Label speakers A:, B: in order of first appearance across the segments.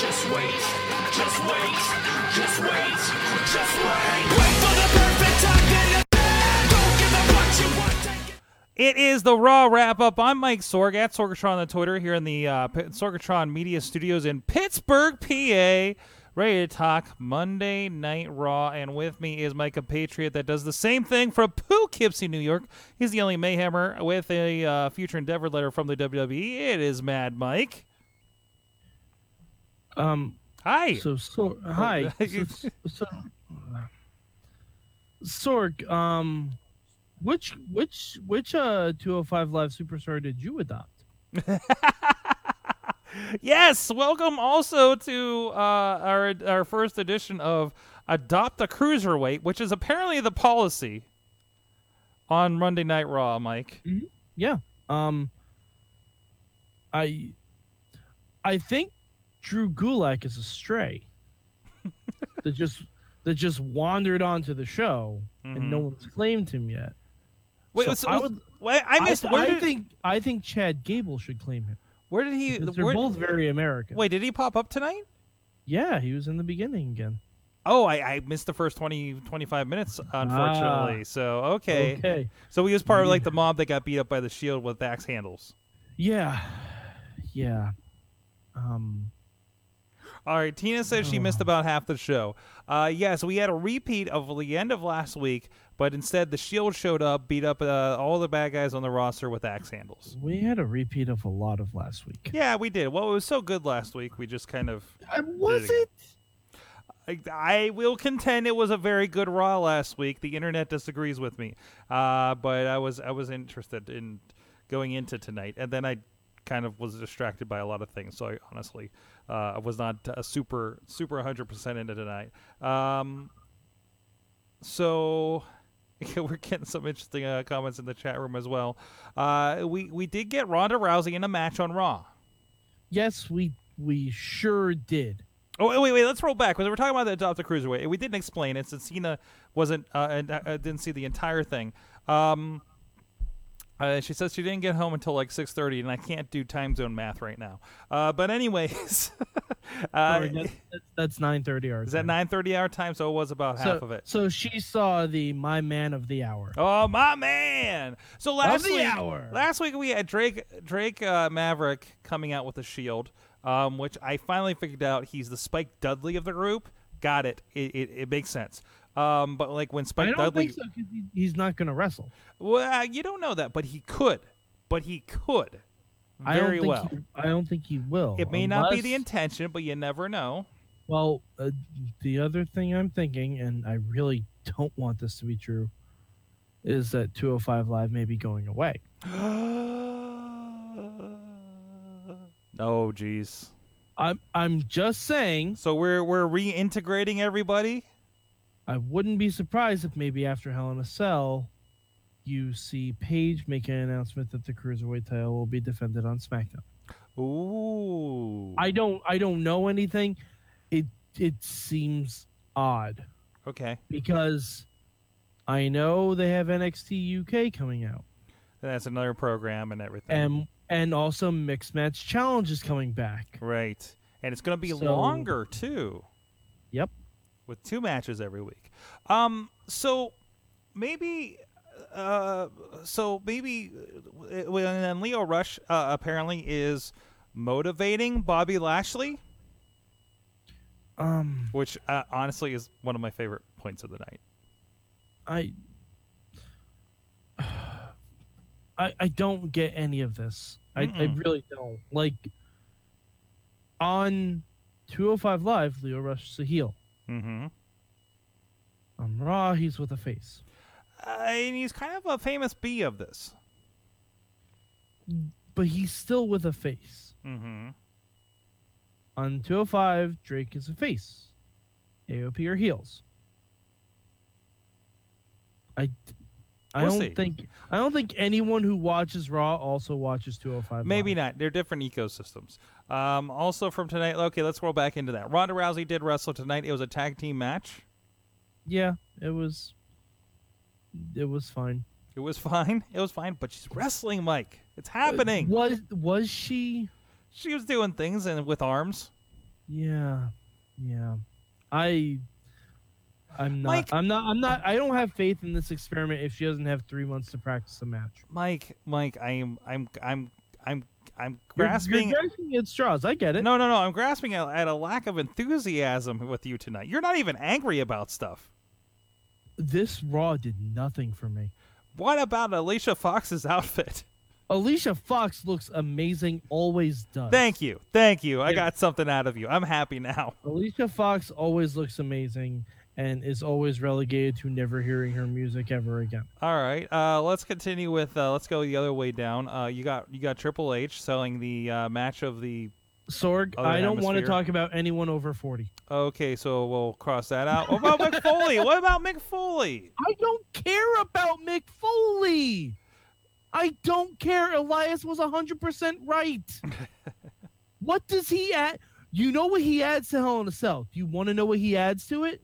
A: just wait, just wait, just wait, just wait. Wait for the perfect time, then you're there. Don't give up what you want, take it.
B: It is the Raw Wrap Up. I'm Mike Sorg at Sorgatron on Twitter here in the uh, P- Sorgatron Media Studios in Pittsburgh, PA. Ready to talk Monday Night Raw, and with me is Micah Patriot that does the same thing from Poughkeepsie, New York. He's the only Mayhemmer with a uh, future endeavor letter from the WWE. It is Mad Mike.
C: Um.
B: Hi.
C: So, so hi.
B: Oh.
C: so, so, Sorg. Um. Which which which uh 205 live superstar did you adopt?
B: yes, welcome also to uh, our our first edition of Adopt a Cruiserweight, which is apparently the policy on Monday Night Raw, Mike.
C: Yeah. Um. I. I think Drew Gulak is a stray. that just that just wandered onto the show and no one's claimed him yet.
B: Mm-hmm. Wait,
C: So
B: so-
C: I would-
B: wait, I missed.
C: I,
B: where,
C: I
B: did,
C: think I think Chad Gable should claim him.
B: where did he?
C: because They're
B: where-
C: both very American.
B: Wait, did he pop up tonight?
C: Yeah, he was in the beginning again.
B: Oh, I, I missed the first 20, 25 minutes, unfortunately. so okay.
C: Okay.
B: so he was part of like the mob that got beat up by the shield with axe handles.
C: Yeah. Yeah. Um
B: All right, Tina says she missed about half the show. Uh, yes, we had a repeat of the end of last week, but instead the Shield showed up, beat up uh, all the bad guys on the roster with axe handles.
C: we had a repeat of a lot of last week.
B: Yeah, we did. Well, it was so good last week, we just kind of.
C: Uh, was
B: Did it I, I will contend it was a very good Raw last week. The internet disagrees with me, uh, but I was I was interested in going into tonight, and then I kind of was distracted by a lot of things. So I honestly uh, was not uh, super super 100 percent into tonight. Um, so we're getting some interesting uh, comments in the chat room as well. Uh, we we did get Ronda Rousey in a match on Raw.
C: Yes, we we sure did.
B: Oh wait, wait, wait. Let's roll back because we're talking about the adopt a cruiserweight. We didn't explain it since Cena wasn't uh, and uh, uh, didn't see the entire thing. Um, uh, she says she didn't get home until like six thirty, and I can't do time zone math right now. Uh, but anyways, uh,
C: Sorry, that's, that's 9:30 hours.
B: is that nine thirty hour time? So it was about half
C: so,
B: of it.
C: So she saw the my man of the hour.
B: Oh my man! So last
C: the
B: week,
C: hour.
B: last week we had Drake Drake uh, Maverick coming out with a shield, um, which I finally figured out he's the Spike Dudley of the group. Got it. It it, it makes sense. Um, but like when
C: I
B: Spike
C: don't
B: Dudley,
C: think so cuz he, he's not going to wrestle.
B: well, uh, you don't know that, but he could, but he could
C: I don't
B: very
C: think
B: well.
C: he, I don't think he will.
B: it may not be the
C: unless-
B: intention, but you never know.
C: Well, uh, the other thing I'm thinking, and I really don't want this to be true, is that 205 Live may be going away.
B: oh jeez.
C: I'm I'm just saying
B: So we're we're reintegrating everybody.
C: I wouldn't be surprised if maybe after Hell in a Cell, you see Paige make an announcement that the cruiserweight title will be defended on SmackDown.
B: Ooh.
C: I don't I don't know anything. It it seems odd
B: okay.
C: because I know they have NXT UK coming out.
B: That's another program and everything.
C: and and also mixed match challenge is coming back.
B: right. And it's going to be
C: So-
B: longer too,
C: Yep.
B: with two matches every week. Um so maybe uh so maybe uh, when and Leo Rush uh, apparently is motivating Bobby Lashley,
C: Um,
B: which uh, honestly is one of my favorite points of the night.
C: I, I, I don't get any of this. I, I
B: Mm-mm.
C: really don't. Like, on 205 Live, Leo Rush is a heel. Mm-hmm.
B: Mhm.
C: On Raw, he's with a face.
B: Uh, and he's kind of a famous B of this.
C: But he's still with a face.
B: Mhm.
C: On 205, Drake is a face. AOP are heels. I, I
B: We'll
C: don't
B: see.
C: think I don't think anyone who watches Raw also watches 205.
B: Maybe not. They're different ecosystems. Um, also from tonight, okay, let's roll back into that. Ronda Rousey did wrestle tonight. It was a tag team match.
C: Yeah, it was. It was fine.
B: It was fine. It was fine, but she's wrestling, Mike.
C: Uh,
B: It's happening.
C: Was was she?
B: She was doing things and with arms.
C: Yeah, yeah. I. I'm not.
B: Mike-
C: I'm not. I'm not. I don't have faith in this experiment if she doesn't have three months to practice a match.
B: Mike, Mike, I am I'm I'm I'm I'm
C: You're-
B: grasping
C: You're grasping at straws. I get it.
B: No, no, no. I'm grasping at, at a lack of enthusiasm with you tonight. You're not even angry about stuff.
C: This Raw did nothing for me.
B: What about Alicia Fox's outfit?
C: Alicia Fox looks amazing. Always does.
B: Thank you. Thank you. I
C: Yeah.
B: got something out of you. I'm happy now.
C: Alicia Fox always looks amazing and is always relegated to never hearing her music ever again.
B: All right. Uh, let's continue with uh, let's go the other way down. Uh, you got you got Triple H selling the uh, match of the
C: Sorg,
B: Other
C: I don't want to
B: hemisphere.
C: talk about anyone over 40.
B: Okay, so we'll cross that out. What about Mick Foley? What about Mick Foley?
C: I don't care about Mick Foley. I don't care. Elias was 100% right. what does he add? You know what he adds to Hell in a Cell. Do you want to know what he adds to it?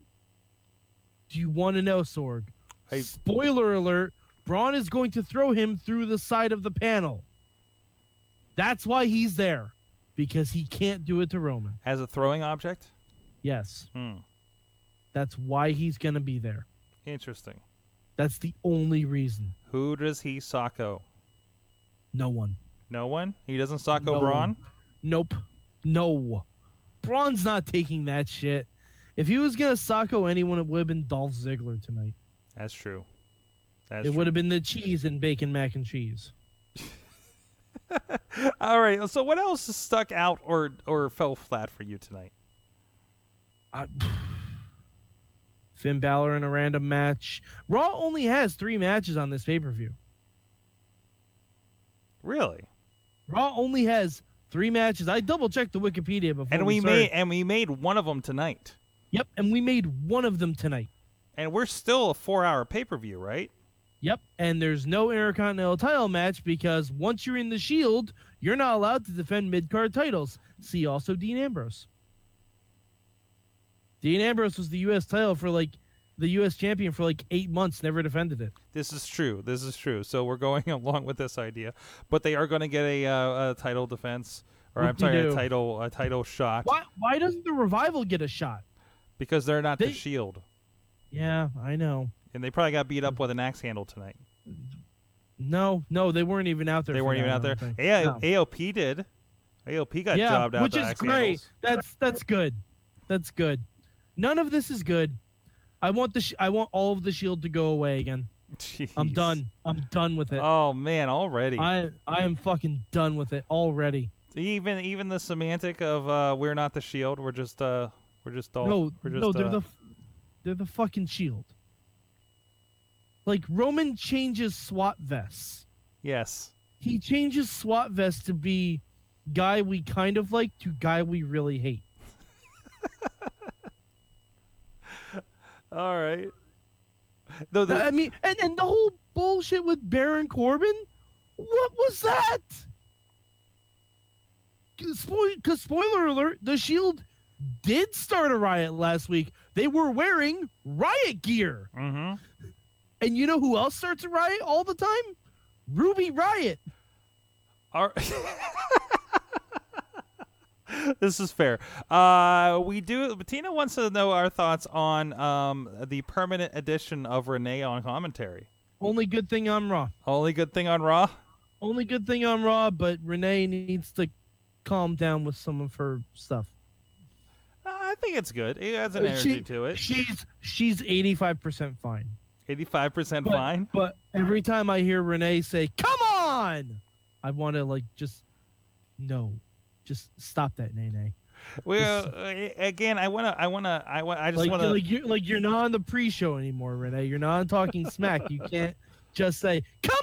C: Do you want to know, Sorg?
B: I-
C: Spoiler alert Braun is going to throw him through the side of the panel. That's why he's there, because he can't do it to Roman.
B: As a throwing object?
C: Yes,
B: Hmm.
C: that's why he's going to be there.
B: Interesting.
C: That's the only reason.
B: Who does he socko?
C: No one.
B: No one? He doesn't socko
C: No
B: Braun?
C: Nope. No. Braun's not taking that shit. If he was gonna socko anyone, it would have been Dolph Ziggler tonight.
B: That's true. That's
C: it would have been the cheese and bacon mac and cheese.
B: true. All right. So what else stuck out or or fell flat for you tonight?
C: I, Finn Balor in a random match. Raw only has three matches on this pay per view.
B: Really?
C: Raw only has three matches. I double checked the Wikipedia before.
B: And we
C: started.
B: made and we made one of them tonight.
C: Yep, and we made one of them tonight.
B: And we're still a 4-hour pay-per-view, right?
C: Yep. And there's no Intercontinental title match because once you're in the Shield, you're not allowed to defend mid card titles. See also Dean Ambrose. Dean Ambrose was the U.S. title for like the U.S. champion for like eight months, never defended it.
B: This is true. This is true. So we're going along with this idea, but they are going to get a, uh, a title defense, or I'm sorry, a
C: Whoop-de-doo.
B: title a title shot
C: Why, why doesn't the revival get a shot?
B: because they're not the
C: They-
B: Shield,
C: Yeah, I know.
B: and they probably got beat up with an axe handle tonight.
C: No, no, they weren't even out there.
B: They
C: for
B: weren't
C: that,
B: even out
C: I
B: there.
C: don't think.
B: Yeah,
C: No.
B: AOP did. AOP got jobbed out.
C: which
B: to
C: is
B: axe
C: great.
B: handles.
C: That's that's good. That's good. None of this is good. I want the sh- I want all of the shield to go away again. I'm
B: Jeez.
C: done. I'm done with it.
B: Oh man, already.
C: I I am fucking done with it already.
B: even even the semantic of uh, we're not the Shield. We're just uh, we're just all.
C: No,
B: we're just,
C: no, they're
B: uh,
C: the f- they're the fucking shield. Like Roman changes SWAT vests.
B: yes.
C: He changes SWAT vests to be guy we kind of like to guy we really hate.
B: All right. Though the,
C: I mean, and and the whole bullshit with Baron Corbin, what was that? Because spoiler alert, the Shield E did start a riot last week. They were wearing riot gear,
B: Mhm.
C: and you know who else starts a riot all the time? Ruby Riot.
B: Our- this is fair. Uh, we do. Tina wants to know our thoughts on um, the permanent edition of Renee on commentary.
C: Only good thing I'm Raw.
B: Only good thing on Raw.
C: Only good thing I'm Raw, but Renee needs to calm down with some of her stuff.
B: Uh, I think it's good. It has an
C: Uh,
B: energy
C: she-
B: to it.
C: She's she's 85% fine.
B: Eighty-five percent
C: But-
B: fine.
C: But every time I hear Renee say, "Come on," I want to like just no, just stop that, Nene.
B: Well, uh, again, I wanna, I wanna, I want, I just
C: Like,
B: wanna.
C: like you like you're not on the pre-show anymore, Renee. You're not on Talking Smack. You can't just say, "Come on."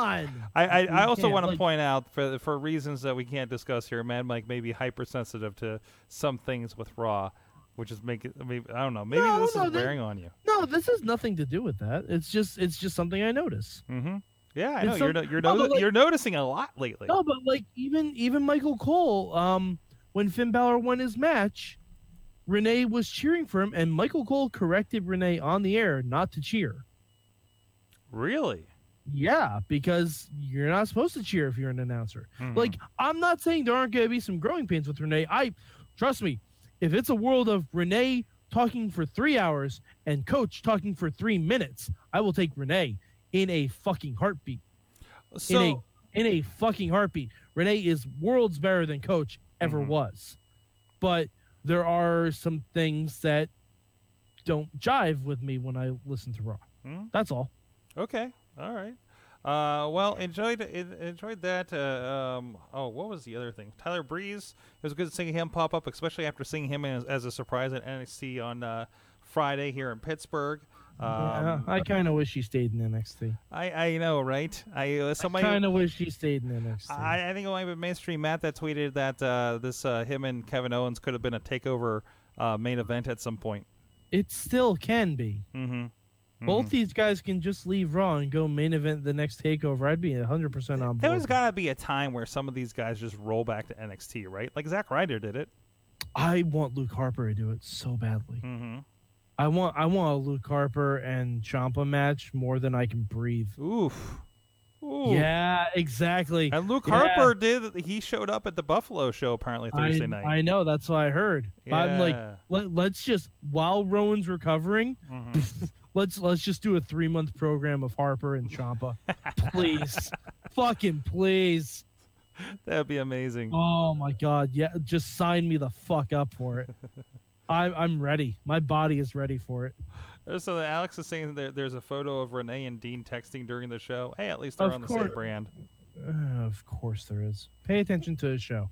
B: I, I,
C: you
B: I also
C: can't,
B: want to
C: like-
B: point out for for reasons that we can't discuss here, Mad Mike may be hypersensitive to some things with Raw, which is making. I, mean, I don't know. Maybe
C: No,
B: this
C: no,
B: is
C: they-
B: wearing on you.
C: No, this has nothing to do with that. It's just it's just something I notice.
B: Mm-hmm. Yeah, I
C: And
B: know
C: some-
B: you're no, you're
C: no,
B: no,
C: but, like-
B: you're noticing a lot lately.
C: No, but like even even Michael Cole, um, when Finn Balor won his match, Renee was cheering for him, and Michael Cole corrected Renee on the air not to cheer.
B: Really?
C: Yeah, because you're not supposed to cheer if you're an announcer.
B: Hmm.
C: Like I'm not saying there aren't going to be some growing pains with Renee. I trust me, if it's a world of Renee talking for three hours and Coach talking for three minutes, I will take Renee in a fucking heartbeat
B: so,
C: in a in a fucking heartbeat. Renee is worlds better than Coach ever
B: Mhm.
C: was, but there are some things that don't jive with me when I listen to Raw.
B: Hmm?
C: That's all.
B: Okay. All right. Uh, well, enjoyed en- enjoyed that. Uh, um, oh, what was the other thing? Tyler Breeze. It was good seeing him pop up, especially after seeing him as, as a surprise at NXT on uh, Friday here in Pittsburgh. Um,
C: Yeah, Uh, I kind of wish she stayed in NXT.
B: I I know, right? I uh, somebody.
C: kind of wish she stayed in NXT.
B: I, I think it might have been mainstream Matt that tweeted that uh, this uh, him and Kevin Owens could have been a takeover uh, main event at some point.
C: it still can be.
B: Mm-hmm.
C: Both these guys can just leave Raw and go main event the next takeover. I'd be 100% on board.
B: There's got to be a time where some of these guys just roll back to NXT, right? Like Zack Ryder did it.
C: I want Luke Harper to do it so badly.
B: Mm-hmm.
C: I want I want a Luke Harper and Champa match more than I can breathe.
B: Oof. Ooh.
C: Yeah, exactly.
B: And Luke
C: Yeah.
B: Harper did. He showed up at the Buffalo show apparently Thursday
C: I,
B: night.
C: I know that's what I heard. I'm like,
B: Yeah.
C: let, let's just while Rowan's recovering,
B: Mhm.
C: let's let's just do a three month program of Harper and Champa, please, fucking please.
B: That'd be amazing.
C: Oh my god, yeah, just sign me the fuck up for it. I'm I'm ready. My body is ready for it.
B: There's So Alex is saying there, there's a photo of Renee and Dean texting during the show. Hey, at least they're
C: Of
B: on the
C: course.
B: same brand.
C: Uh, of course there is. Pay attention to the show.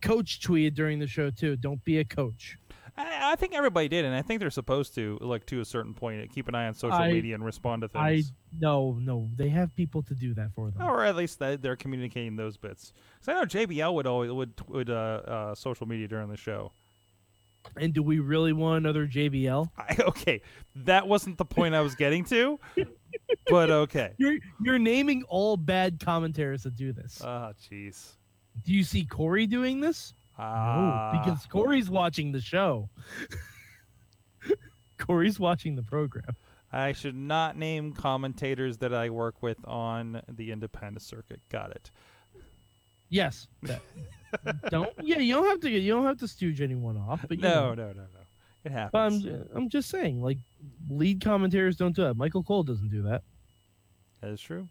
C: Coach tweeted during the show too. Don't be a coach.
B: I, I think everybody did, and I think they're supposed to, like to a certain point, keep an eye on social
C: I-
B: media and respond to
C: I
B: things.
C: no no. They have people to do that for them.
B: or at least they- they're communicating those bits. Because I know JBL would always would would uh, uh, social media during the show.
C: And do we really want another JBL?
B: I, okay, that wasn't the point I was getting to, but okay.
C: You're you're naming all bad commentators that do this.
B: Oh, jeez.
C: do you see Corey doing this?
B: Ah,
C: no, because Corey's watching the show. Corey's watching the program.
B: I should not name commentators that I work with on the independent circuit. Got it.
C: Yes. that- don't yeah. You don't have to you don't have to stooge anyone off. But you
B: No, no,
C: know.
B: no, no. It
C: But
B: happens.
C: I'm I'm just saying, like, lead commentators don't do that. Michael Cole doesn't do that.
B: that is true.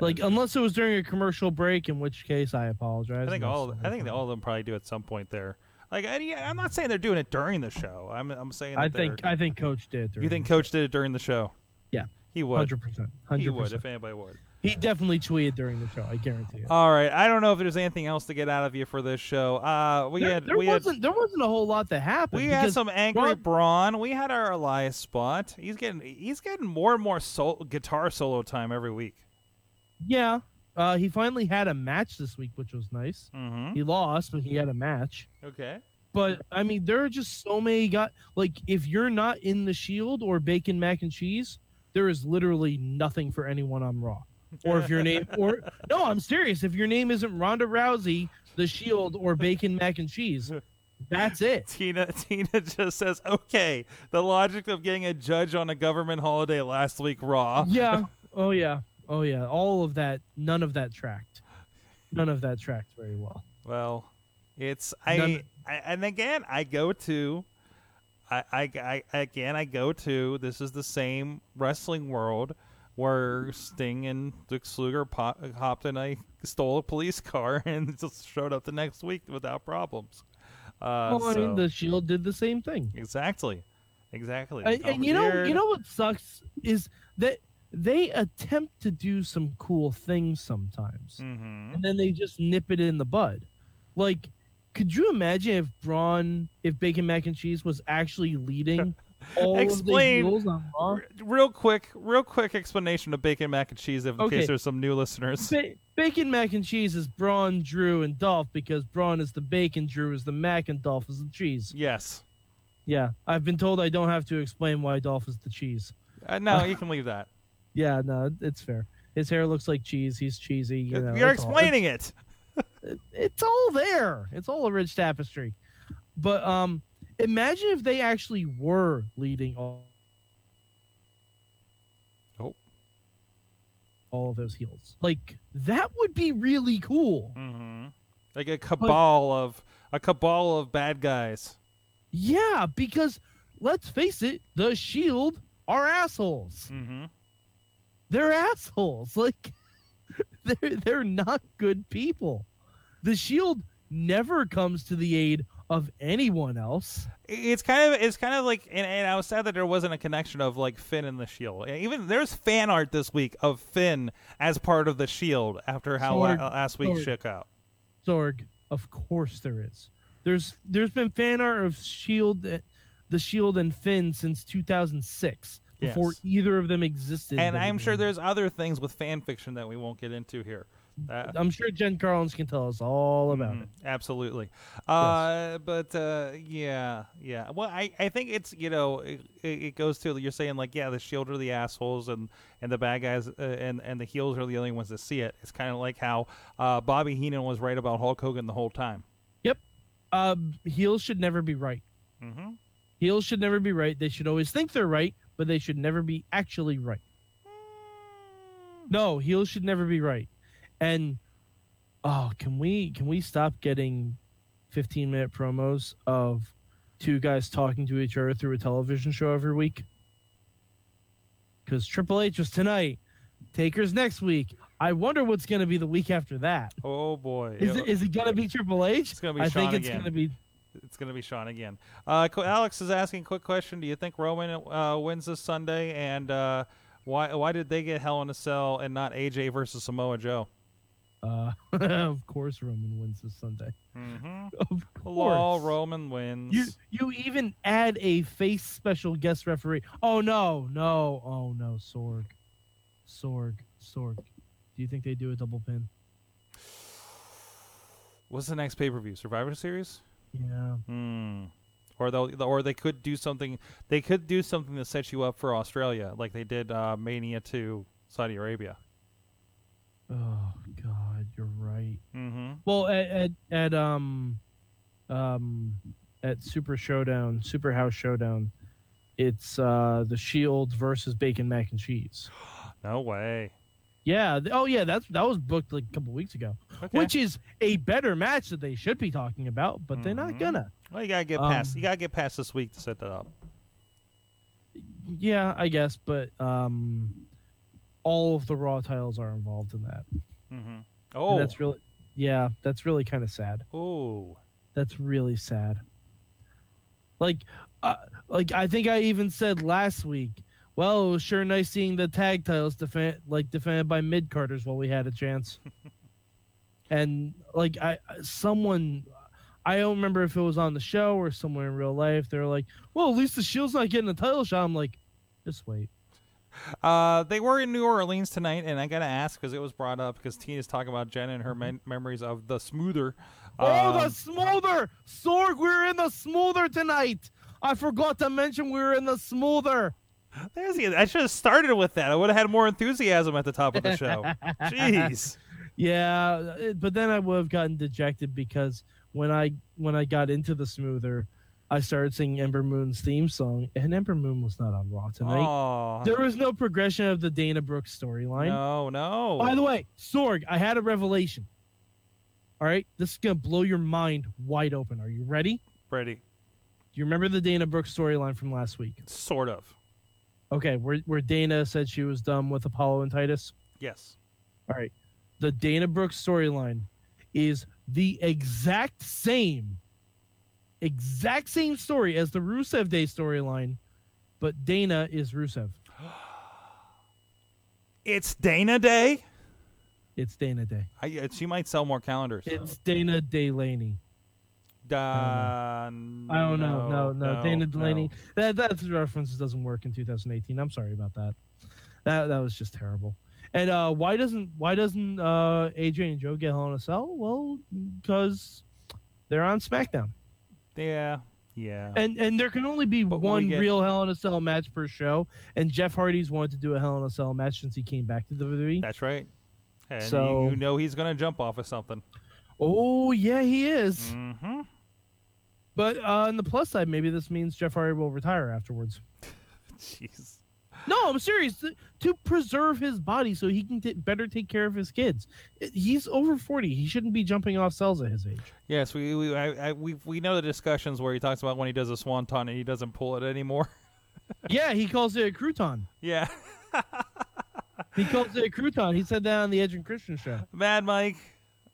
C: Like, unless it was during a commercial break, in which case I apologize.
B: I think
C: I'm
B: all
C: sorry.
B: I think all of them probably do at some point there. Like I, yeah, I'm not saying they're doing it during the show. I'm I'm saying that
C: I think
B: they're-
C: I think Coach did.
B: you think Coach did it during the show.
C: Yeah.
B: he would.
C: hundred percent,
B: He
C: hundred
B: would
C: percent.
B: if Oh, anybody would.
C: He definitely tweeted during the show. I guarantee it.
B: All right. I don't know if there's anything else to get out of you for this show. Uh, we
C: there,
B: had
C: there
B: we had
C: wasn't there wasn't a whole lot that happened.
B: we had
C: because-
B: some angry
C: Rob-
B: Braun. We had our Elias spot. He's getting he's getting more and more sol- guitar solo time every week.
C: Yeah, uh, he finally had a match this week, which was nice.
B: Mm-hmm.
C: He lost, but he had a match.
B: Okay.
C: But I mean, there are just so many got like if you're not in the Shield or Bacon Mac and Cheese, there is literally nothing for anyone on Raw. Or if your name or no, I'm serious. If your name isn't Ronda Rousey, the Shield, or Bacon Mac and Cheese, that's it.
B: Tina Tina just says, "Okay, the logic of getting a judge on a government holiday last week raw."
C: Yeah. Oh yeah. Oh yeah. All of that. None of that tracked. None of that tracked very well.
B: Well, it's I,
C: None-
B: I and again I go to I, I I again I go to this is the same wrestling world where Sting and Dick Sluger pop, hopped in I stole a police car and just showed up the next week without problems. Uh,
C: Well, I mean,
B: so-
C: the Shield did the same thing.
B: exactly, exactly.
C: And,
B: Tom
C: and you know,
B: Beard.
C: you know what sucks is that they attempt to do some cool things sometimes,
B: Mhm.
C: and then they just nip it in the bud. Like, could you imagine if Braun, if Bacon Mac and Cheese was actually leading all
B: Explain.
C: of the heels on Raw?
B: R- Real quick, real quick explanation of bacon mac and cheese, if in
C: Okay.
B: case there's some new listeners.
C: Ba- bacon Mac and Cheese is Braun, Drew, and Dolph because Braun is the bacon, Drew is the mac, and Dolph is the cheese.
B: Yes.
C: Yeah, I've been told I don't have to explain why Dolphin's the cheese.
B: Uh, no, you can leave that.
C: Yeah, no, it's fair. His hair looks like cheese. He's cheesy. You know,
B: You're
C: it's all-
B: explaining it.
C: it's all there. It's all a rich tapestry. But um imagine if they actually were leading all
B: Oh.
C: all of those heels. Like that would be really cool.
B: hmm Like a cabal of a cabal of bad guys.
C: Yeah, because let's face it, the shield are assholes.
B: Mm-hmm.
C: They're assholes. Like they're they're not good people. The shield never comes to the aid of anyone else.
B: It's kind of it's kind of like and, and I was sad that there wasn't a connection of like Finn and the Shield. And Even there's fan art this week of Finn as part of the Shield after how la-
C: Sword.
B: last week
C: Sword.
B: shook out.
C: Zorg, of course there is. There's there's been fan art of Shield, the Shield and Finn since 2006
B: Yes.
C: before either of them existed.
B: And I'm sure
C: anymore.
B: there's other things with fan fiction that we won't get into here. Uh, That-
C: I'm sure Jen Carlins can tell us all about
B: Mhm,
C: it.
B: Absolutely. Uh, But uh, yeah, yeah. Well, I, I think it's you know it, it it goes to you're saying like yeah the shield are the assholes and and the bad guys uh, and and the heels are the only ones that see it. It's kind of like how uh, Bobby Heenan was right about Hulk Hogan the whole time.
C: Yep. Um, heels should never be right.
B: Mm-hmm.
C: Heels should never be right. They should always think they're right, but they should never be actually right. No, heels should never be right. And oh, can we can we stop getting 15 minute promos of two guys talking to each other through a television show every week? Cuz Triple H was tonight, Taker's next week. I wonder what's going to be the week after that.
B: Oh boy,
C: Is it, is it going to be Triple H?
B: It's gonna be
C: I
B: Shawn
C: think it's
B: again.
C: going to be
B: it's gonna be Sean again. Uh, co- Alex is asking quick question. Do you think Roman uh, wins this Sunday? And uh, why why did they get Hell in a Cell and not AJ versus Samoa Joe?
C: uh, of course Roman wins this Sunday.
B: Mm-hmm.
C: Of
B: Law
C: course.
B: Roman wins.
C: You you even add a face special guest referee. Oh no, no, oh no, Sorg. Sorg. Sorg. Do you think they do a double pin?
B: What's the next pay per view? Survivor Series?
C: Yeah.
B: Hmm. Or they'll or they could do something. They could do something to set you up for Australia, like they did uh, Mania to Saudi Arabia.
C: Oh god, you're right.
B: Mm-hmm.
C: Well at at, at um um at Super Showdown, Super House Showdown, it's uh the Shield versus Bacon Mac and Cheese.
B: No way.
C: Yeah. th- Oh yeah, that's that was booked like a couple weeks ago.
B: Okay.
C: Which is a better match that they should be talking about, but they're not
B: Mhm.
C: gonna.
B: well, you gotta get
C: um,
B: past. You gotta get past this week to set that up.
C: Yeah, I guess, but um, all of the raw titles are involved in that. And
B: Mm-hmm. Oh.
C: that's really, yeah, that's really kind of sad.
B: oh.
C: That's really sad. Like, uh, like I think I even said last week. Well, it was sure nice seeing the tag titles defend like defended by mid Carters while we had a chance. and like I, someone, I don't remember if it was on the show or somewhere in real life. They're like, well, at least the Shield's not getting a title shot. I'm like, just wait.
B: Uh, they were in New Orleans tonight, and I gotta ask because it was brought up because Tina's talking about Jen and her mem- memories of the smoother.
C: Mm-hmm. Oh,
B: Um,
C: the smoother! Sorg, we are in the smoother tonight! I forgot to mention we were in the smoother!
B: There's the, I should have started with that. I would have had more enthusiasm at the top of the show. Jeez.
C: Yeah, it- but then I would have gotten dejected because when I when I got into the smoother, I started singing Ember Moon's theme song, and Ember Moon was not on Raw tonight.
B: Oh.
C: There was no progression of the Dana Brooks storyline.
B: No, no.
C: By the way, Sorg, I had a revelation. All right, this is gonna blow your mind wide open. Are you ready?
B: Brady,
C: Do you remember the Dana Brooks storyline from last week?
B: sort of.
C: Okay, where where Dana said she was done with Apollo and Titus.
B: Yes.
C: All right. The Dana Brooks storyline is the exact same exact same story as the Rusev Day storyline, but Dana is Rusev.
B: It's Dana Day.
C: It's Dana Day.
B: I, uh, she might sell more calendars.
C: It's Dana Delaney.
B: Dun-
C: I don't know. No, no, Dana Delaney.
B: no.
C: That that reference doesn't work in 2018. I'm sorry about that. That that was just terrible. And uh, why doesn't why doesn't uh, AJ and Joe get Hell in a Cell? Well, because they're on SmackDown.
B: Yeah. Yeah.
C: And and there can only be
B: Uh, But we
C: one
B: get-
C: real Hell in a Cell match per show. And Jeff Hardy's wanted to do a Hell in a Cell match since he came back to WWE.
B: That's right. And you-
C: So-
B: you, know he's gonna jump off of something.
C: Oh yeah, he is.
B: Mm-hmm.
C: But uh, on the plus side, maybe this means Jeff Hardy will retire afterwards.
B: Jeez.
C: No, I'm serious. To, to preserve his body so he can get better take care of his kids. It- He's over 40. He shouldn't be jumping off cells at his age.
B: Yes, we we I, I, we we know the discussions where he talks about when he does a swanton and he doesn't pull it anymore.
C: yeah, he calls it a crouton.
B: yeah.
C: He calls it a crouton. He said that on the Edge and Christian show.
B: Mad Mike,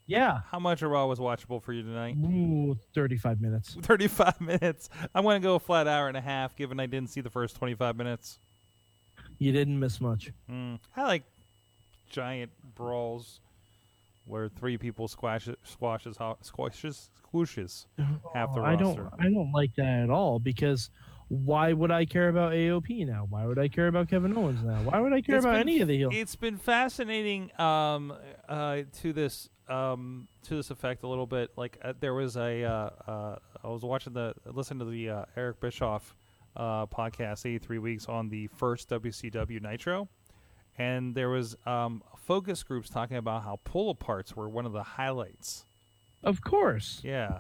C: Yeah.
B: how much of Raw was watchable for you tonight?
C: Ooh, 35 minutes.
B: 35 minutes. I'm going to go a flat hour and a half, given I didn't see the first 25 minutes.
C: You didn't miss much.
B: Mm. I like giant brawls where three people squash, squashes, ho- squashes, squishes half the
C: Oh, I
B: roster.
C: don't I don't like that at all because why would I care about AOP now? Why would I care about Kevin Owens now? Why would I care
B: It's
C: about
B: been-
C: any of the heels?
B: It's been fascinating um, uh, to this um, to this effect a little bit. Like uh, there was a uh, uh, I was watching the listening to the uh, Eric Bischoff uh, podcast, eighty three weeks on the first WCW Nitro, and there was um, focus groups talking about how pull aparts were one of the highlights.
C: Of course.
B: Yeah,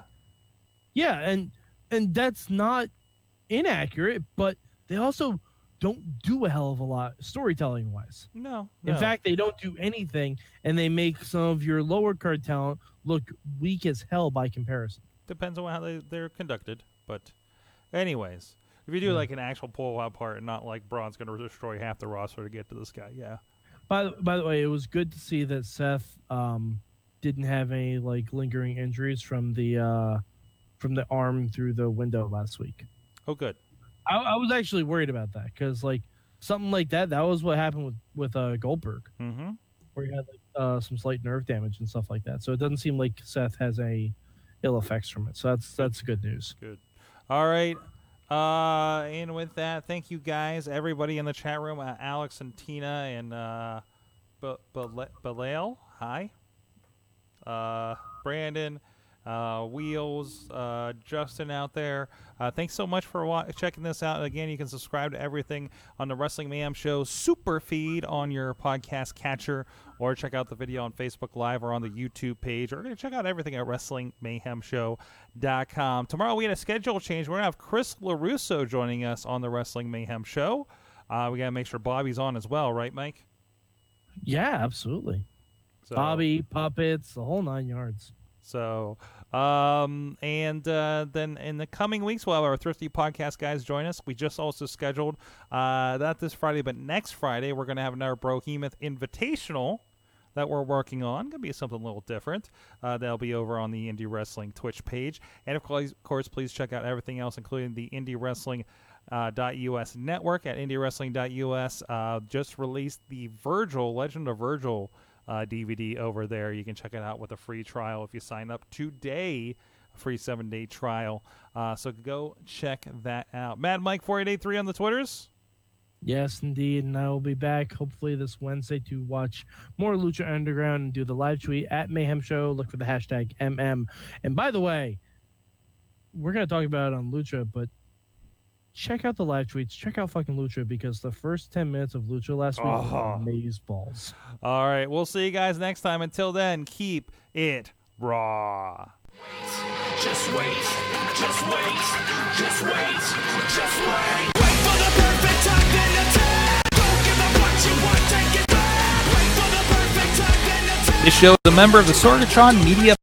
C: Yeah, and and that's not inaccurate, but they also don't do a hell of a lot storytelling wise.
B: no,
C: In
B: no.
C: fact, they don't do anything, and they make some of your lower card talent look weak as hell by comparison.
B: depends on how they, they're conducted. But, anyways, if you do like an actual pull out part and not like Braun's going to destroy half the roster to get to this guy, yeah.
C: By the- by the way, it was good to see that Seth um, didn't have any like lingering injuries from the uh, from the arm through the window last week.
B: Oh, good.
C: I, I was actually worried about that because like something like that that was what happened with with uh, Goldberg.
B: Mm-hmm.
C: where he had like, uh, some slight nerve damage and stuff like that. So it doesn't seem like Seth has any ill effects from it. So that's that's good news.
B: Good. All right. Uh, and with that, thank you guys, everybody in the chat room, uh, Alex and Tina and uh, B- Bela- Belial. Hi. Uh, Brandon, uh, Wheels, uh, Justin out there. Uh, thanks so much for wa- checking this out. Again, you can subscribe to everything on the Wrestling Mayhem Show super feed on your podcast catcher, or check out the video on Facebook Live or on the YouTube page, or check out everything at WrestlingMayhemShow.com. Tomorrow we had a schedule change. We're going to have Chris LaRusso joining us on the Wrestling Mayhem Show. Uh, we got to make sure Bobby's on as well, right, Mike?
C: Yeah, absolutely.
B: So-
C: Bobby puppets, the whole nine yards.
B: So, um, and uh, then in the coming weeks, we'll have our Thrifty Podcast guys join us. We just also scheduled, uh, not this Friday, but next Friday, we're going to have another Brohemoth Invitational that we're working on. Going to be something a little different. Uh, that'll be over on the Indie Wrestling Twitch page. And of course, of course please check out everything else, including the Indie Wrestling. Uh, .us network at indiewrestling.us uh, just released the Virgil Legend of Virgil uh, DVD over there. You can check it out with a free trial if you sign up today. A free seven day trial. Uh, so go check that out. Mad Mike four eight eight three on the Twitters.
C: Yes, indeed. And I will be back hopefully this Wednesday to watch more Lucha Underground and do the live tweet at Mayhem Show. Look for the hashtag MM. And by the way, we're going to talk about it on Lucha, but check out the live tweets. Check out fucking Lucha because the first 10 minutes of Lucha last week
B: Oh.
C: was maze balls.
B: All right, we'll see you guys next time. Until then, keep it raw.
A: Just wait, just wait, just wait, just wait. Wait for the perfect time, then attack. Don't give up what you want, take it back. Wait for the perfect time, then attack.
B: This show is a member of the Sorgatron Media